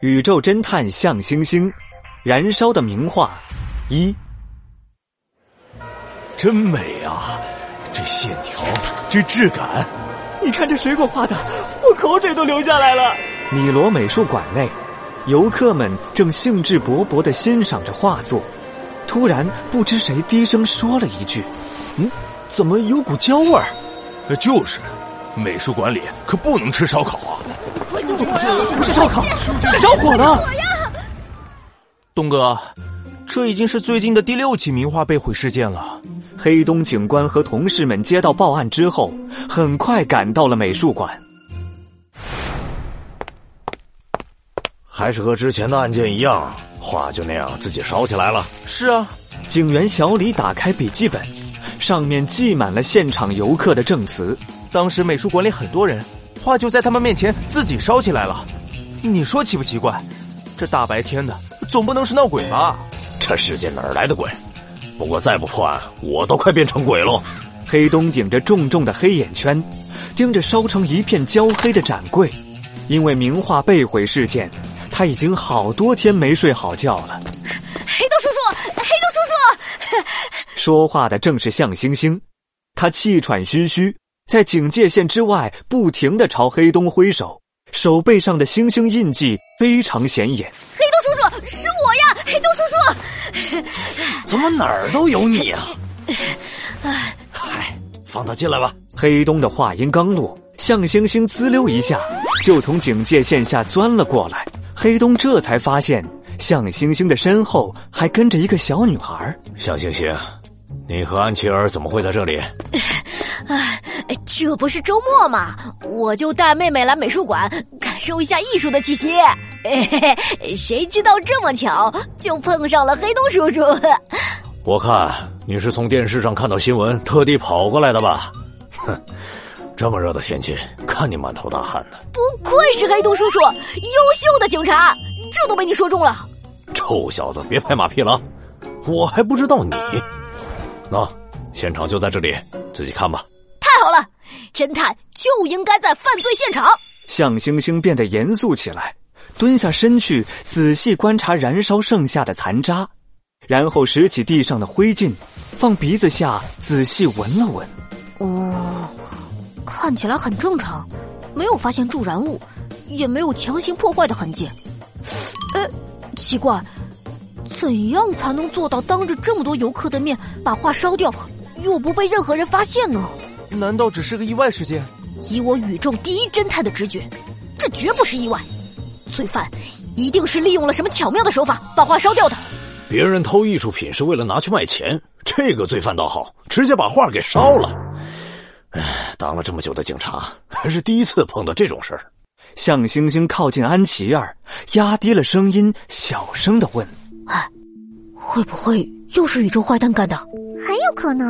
宇宙侦探向星星，燃烧的名画一，真美啊！这线条，这质感，你看这水果画的，我口水都流下来了。米罗美术馆内，游客们正兴致勃勃的欣赏着画作，突然不知谁低声说了一句：“嗯，怎么有股焦味儿？”就是，美术馆里可不能吃烧烤啊！不是不是烧烤，是着火了！东哥，这已经是最近的第六起名画被毁事件了。黑东警官和同事们接到报案之后，很快赶到了美术馆。还是和之前的案件一样，画就那样自己烧起来了。是啊，警员小李打开笔记本，上面记满了现场游客的证词。当时美术馆里很多人，画就在他们面前自己烧起来了。你说奇不奇怪？这大白天的，总不能是闹鬼吧？这世界哪儿来的鬼？不过再不破案，我都快变成鬼喽！黑东顶着重重的黑眼圈，盯着烧成一片焦黑的展柜，因为名画被毁事件。他已经好多天没睡好觉了。黑豆叔叔，黑豆叔叔， 说话的正是向星星。他气喘吁吁，在警戒线之外不停的朝黑东挥手，手背上的星星印记非常显眼。黑豆叔叔，是我呀！黑豆叔叔， 怎么哪儿都有你啊？嗨，放他进来吧。黑东的话音刚落，向星星滋溜一下就从警戒线下钻了过来。黑东这才发现，向星星的身后还跟着一个小女孩。向星星，你和安琪儿怎么会在这里？哎，这不是周末吗？我就带妹妹来美术馆感受一下艺术的气息。 哎、谁知道这么巧，就碰上了黑东叔叔。我看你是从电视上看到新闻，特地跑过来的吧？哼。这么热的天气，看你满头大汗的。不愧是黑洞叔叔，优秀的警察，这都被你说中了。臭小子，别拍马屁了，我还不知道你。那现场就在这里，自己看吧。太好了，侦探就应该在犯罪现场。向星星变得严肃起来，蹲下身去仔细观察燃烧剩下的残渣，然后拾起地上的灰烬，放鼻子下仔细闻了闻。哦。看起来很正常，没有发现助燃物，也没有强行破坏的痕迹。哎，奇怪，怎样才能做到当着这么多游客的面把画烧掉，又不被任何人发现呢？难道只是个意外事件？以我宇宙第一侦探的直觉，这绝不是意外。罪犯一定是利用了什么巧妙的手法把画烧掉的。别人偷艺术品是为了拿去卖钱，这个罪犯倒好，直接把画给烧了。唉，当了这么久的警察，还是第一次碰到这种事儿。向星星靠近安琪儿，压低了声音，小声的问：“哎，会不会又是宇宙坏蛋干的？”很有可能，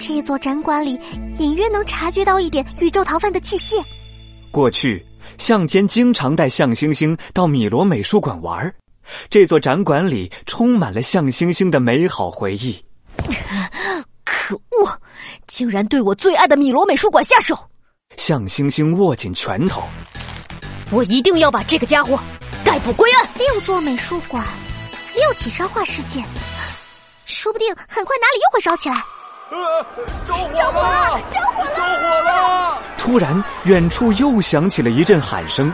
这座展馆里隐约能察觉到一点宇宙逃犯的气息。过去，向天经常带向星星到米罗美术馆玩儿，这座展馆里充满了向星星的美好回忆。可恶！竟然对我最爱的米罗美术馆下手！向星星握紧拳头，我一定要把这个家伙逮捕归案。六座美术馆，六起烧画事件，说不定很快哪里又会烧起来。呃、啊，着火了！着火了！着火了！突然，远处又响起了一阵喊声，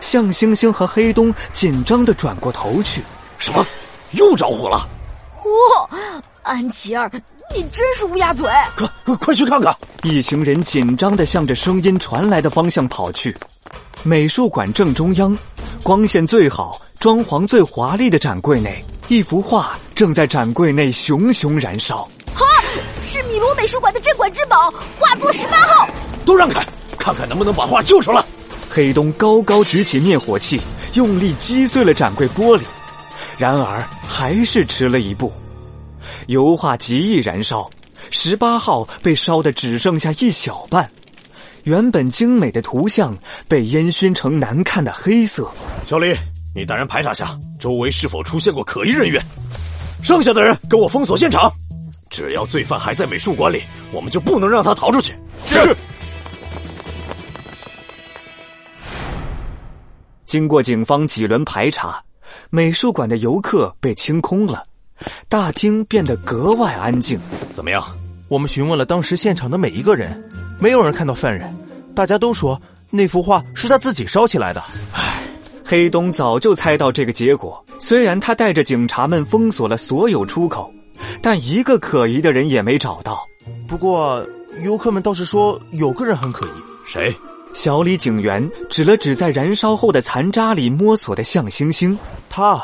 向星星和黑东紧张的转过头去。什么？又着火了！哇、哦，安琪儿。你真是乌鸦嘴！快快快去看看！一行人紧张的向着声音传来的方向跑去。美术馆正中央，光线最好、装潢最华丽的展柜内，一幅画正在展柜内熊熊燃烧。啊！是米罗美术馆的镇馆之宝，画作十八号。都让开，看看能不能把画救出来！黑东高高举起灭火器，用力击碎了展柜玻璃，然而还是迟了一步。油画极易燃烧，十八号被烧的只剩下一小半，原本精美的图像被烟熏成难看的黑色。小李，你带人排查下周围是否出现过可疑人员，剩下的人跟我封锁现场。只要罪犯还在美术馆里，我们就不能让他逃出去。是。经过警方几轮排查，美术馆的游客被清空了，大厅变得格外安静。怎么样？我们询问了当时现场的每一个人，没有人看到犯人，大家都说那幅画是他自己烧起来的。黑东早就猜到这个结果，虽然他带着警察们封锁了所有出口，但一个可疑的人也没找到。不过游客们倒是说有个人很可疑，谁？小李警员指了指在燃烧后的残渣里摸索的向星星，他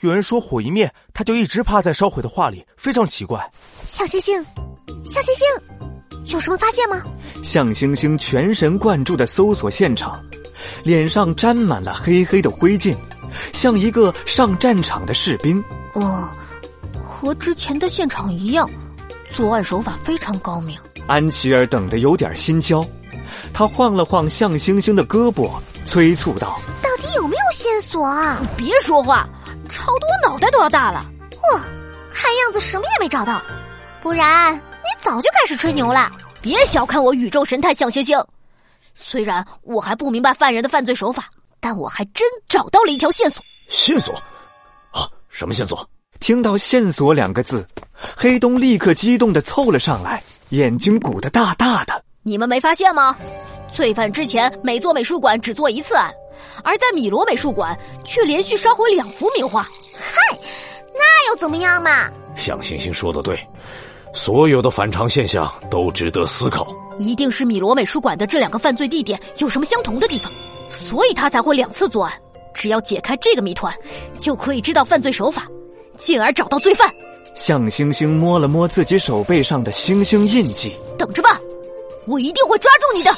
有人说火一灭，他就一直趴在烧毁的画里，非常奇怪。小星星，小星星，有什么发现吗？向星星全神贯注地搜索现场，脸上沾满了黑黑的灰烬，像一个上战场的士兵。哦，和之前的现场一样，作案手法非常高明。安琪儿等得有点心焦，她晃了晃向星星的胳膊，催促道到底有没有线索啊？别说话，吵得我脑袋都要大了。哇，看样子什么也没找到，不然你早就开始吹牛了。别小看我宇宙神探向星星，虽然我还不明白犯人的犯罪手法，但我还真找到了一条线索。线索？啊，什么线索？：“听到线索两个字，黑东立刻激动地凑了上来，眼睛鼓得大大的。你们没发现吗？罪犯之前每座美术馆只做一次案，而在米罗美术馆却连续烧毁两幅名画。那又怎么样嘛？向星星说的对，所有的反常现象都值得思考。一定是米罗美术馆的这两个犯罪地点有什么相同的地方，所以他才会两次作案。只要解开这个谜团，就可以知道犯罪手法，进而找到罪犯。”向星星摸了摸自己手背上的星星印记，等着吧，我一定会抓住你的。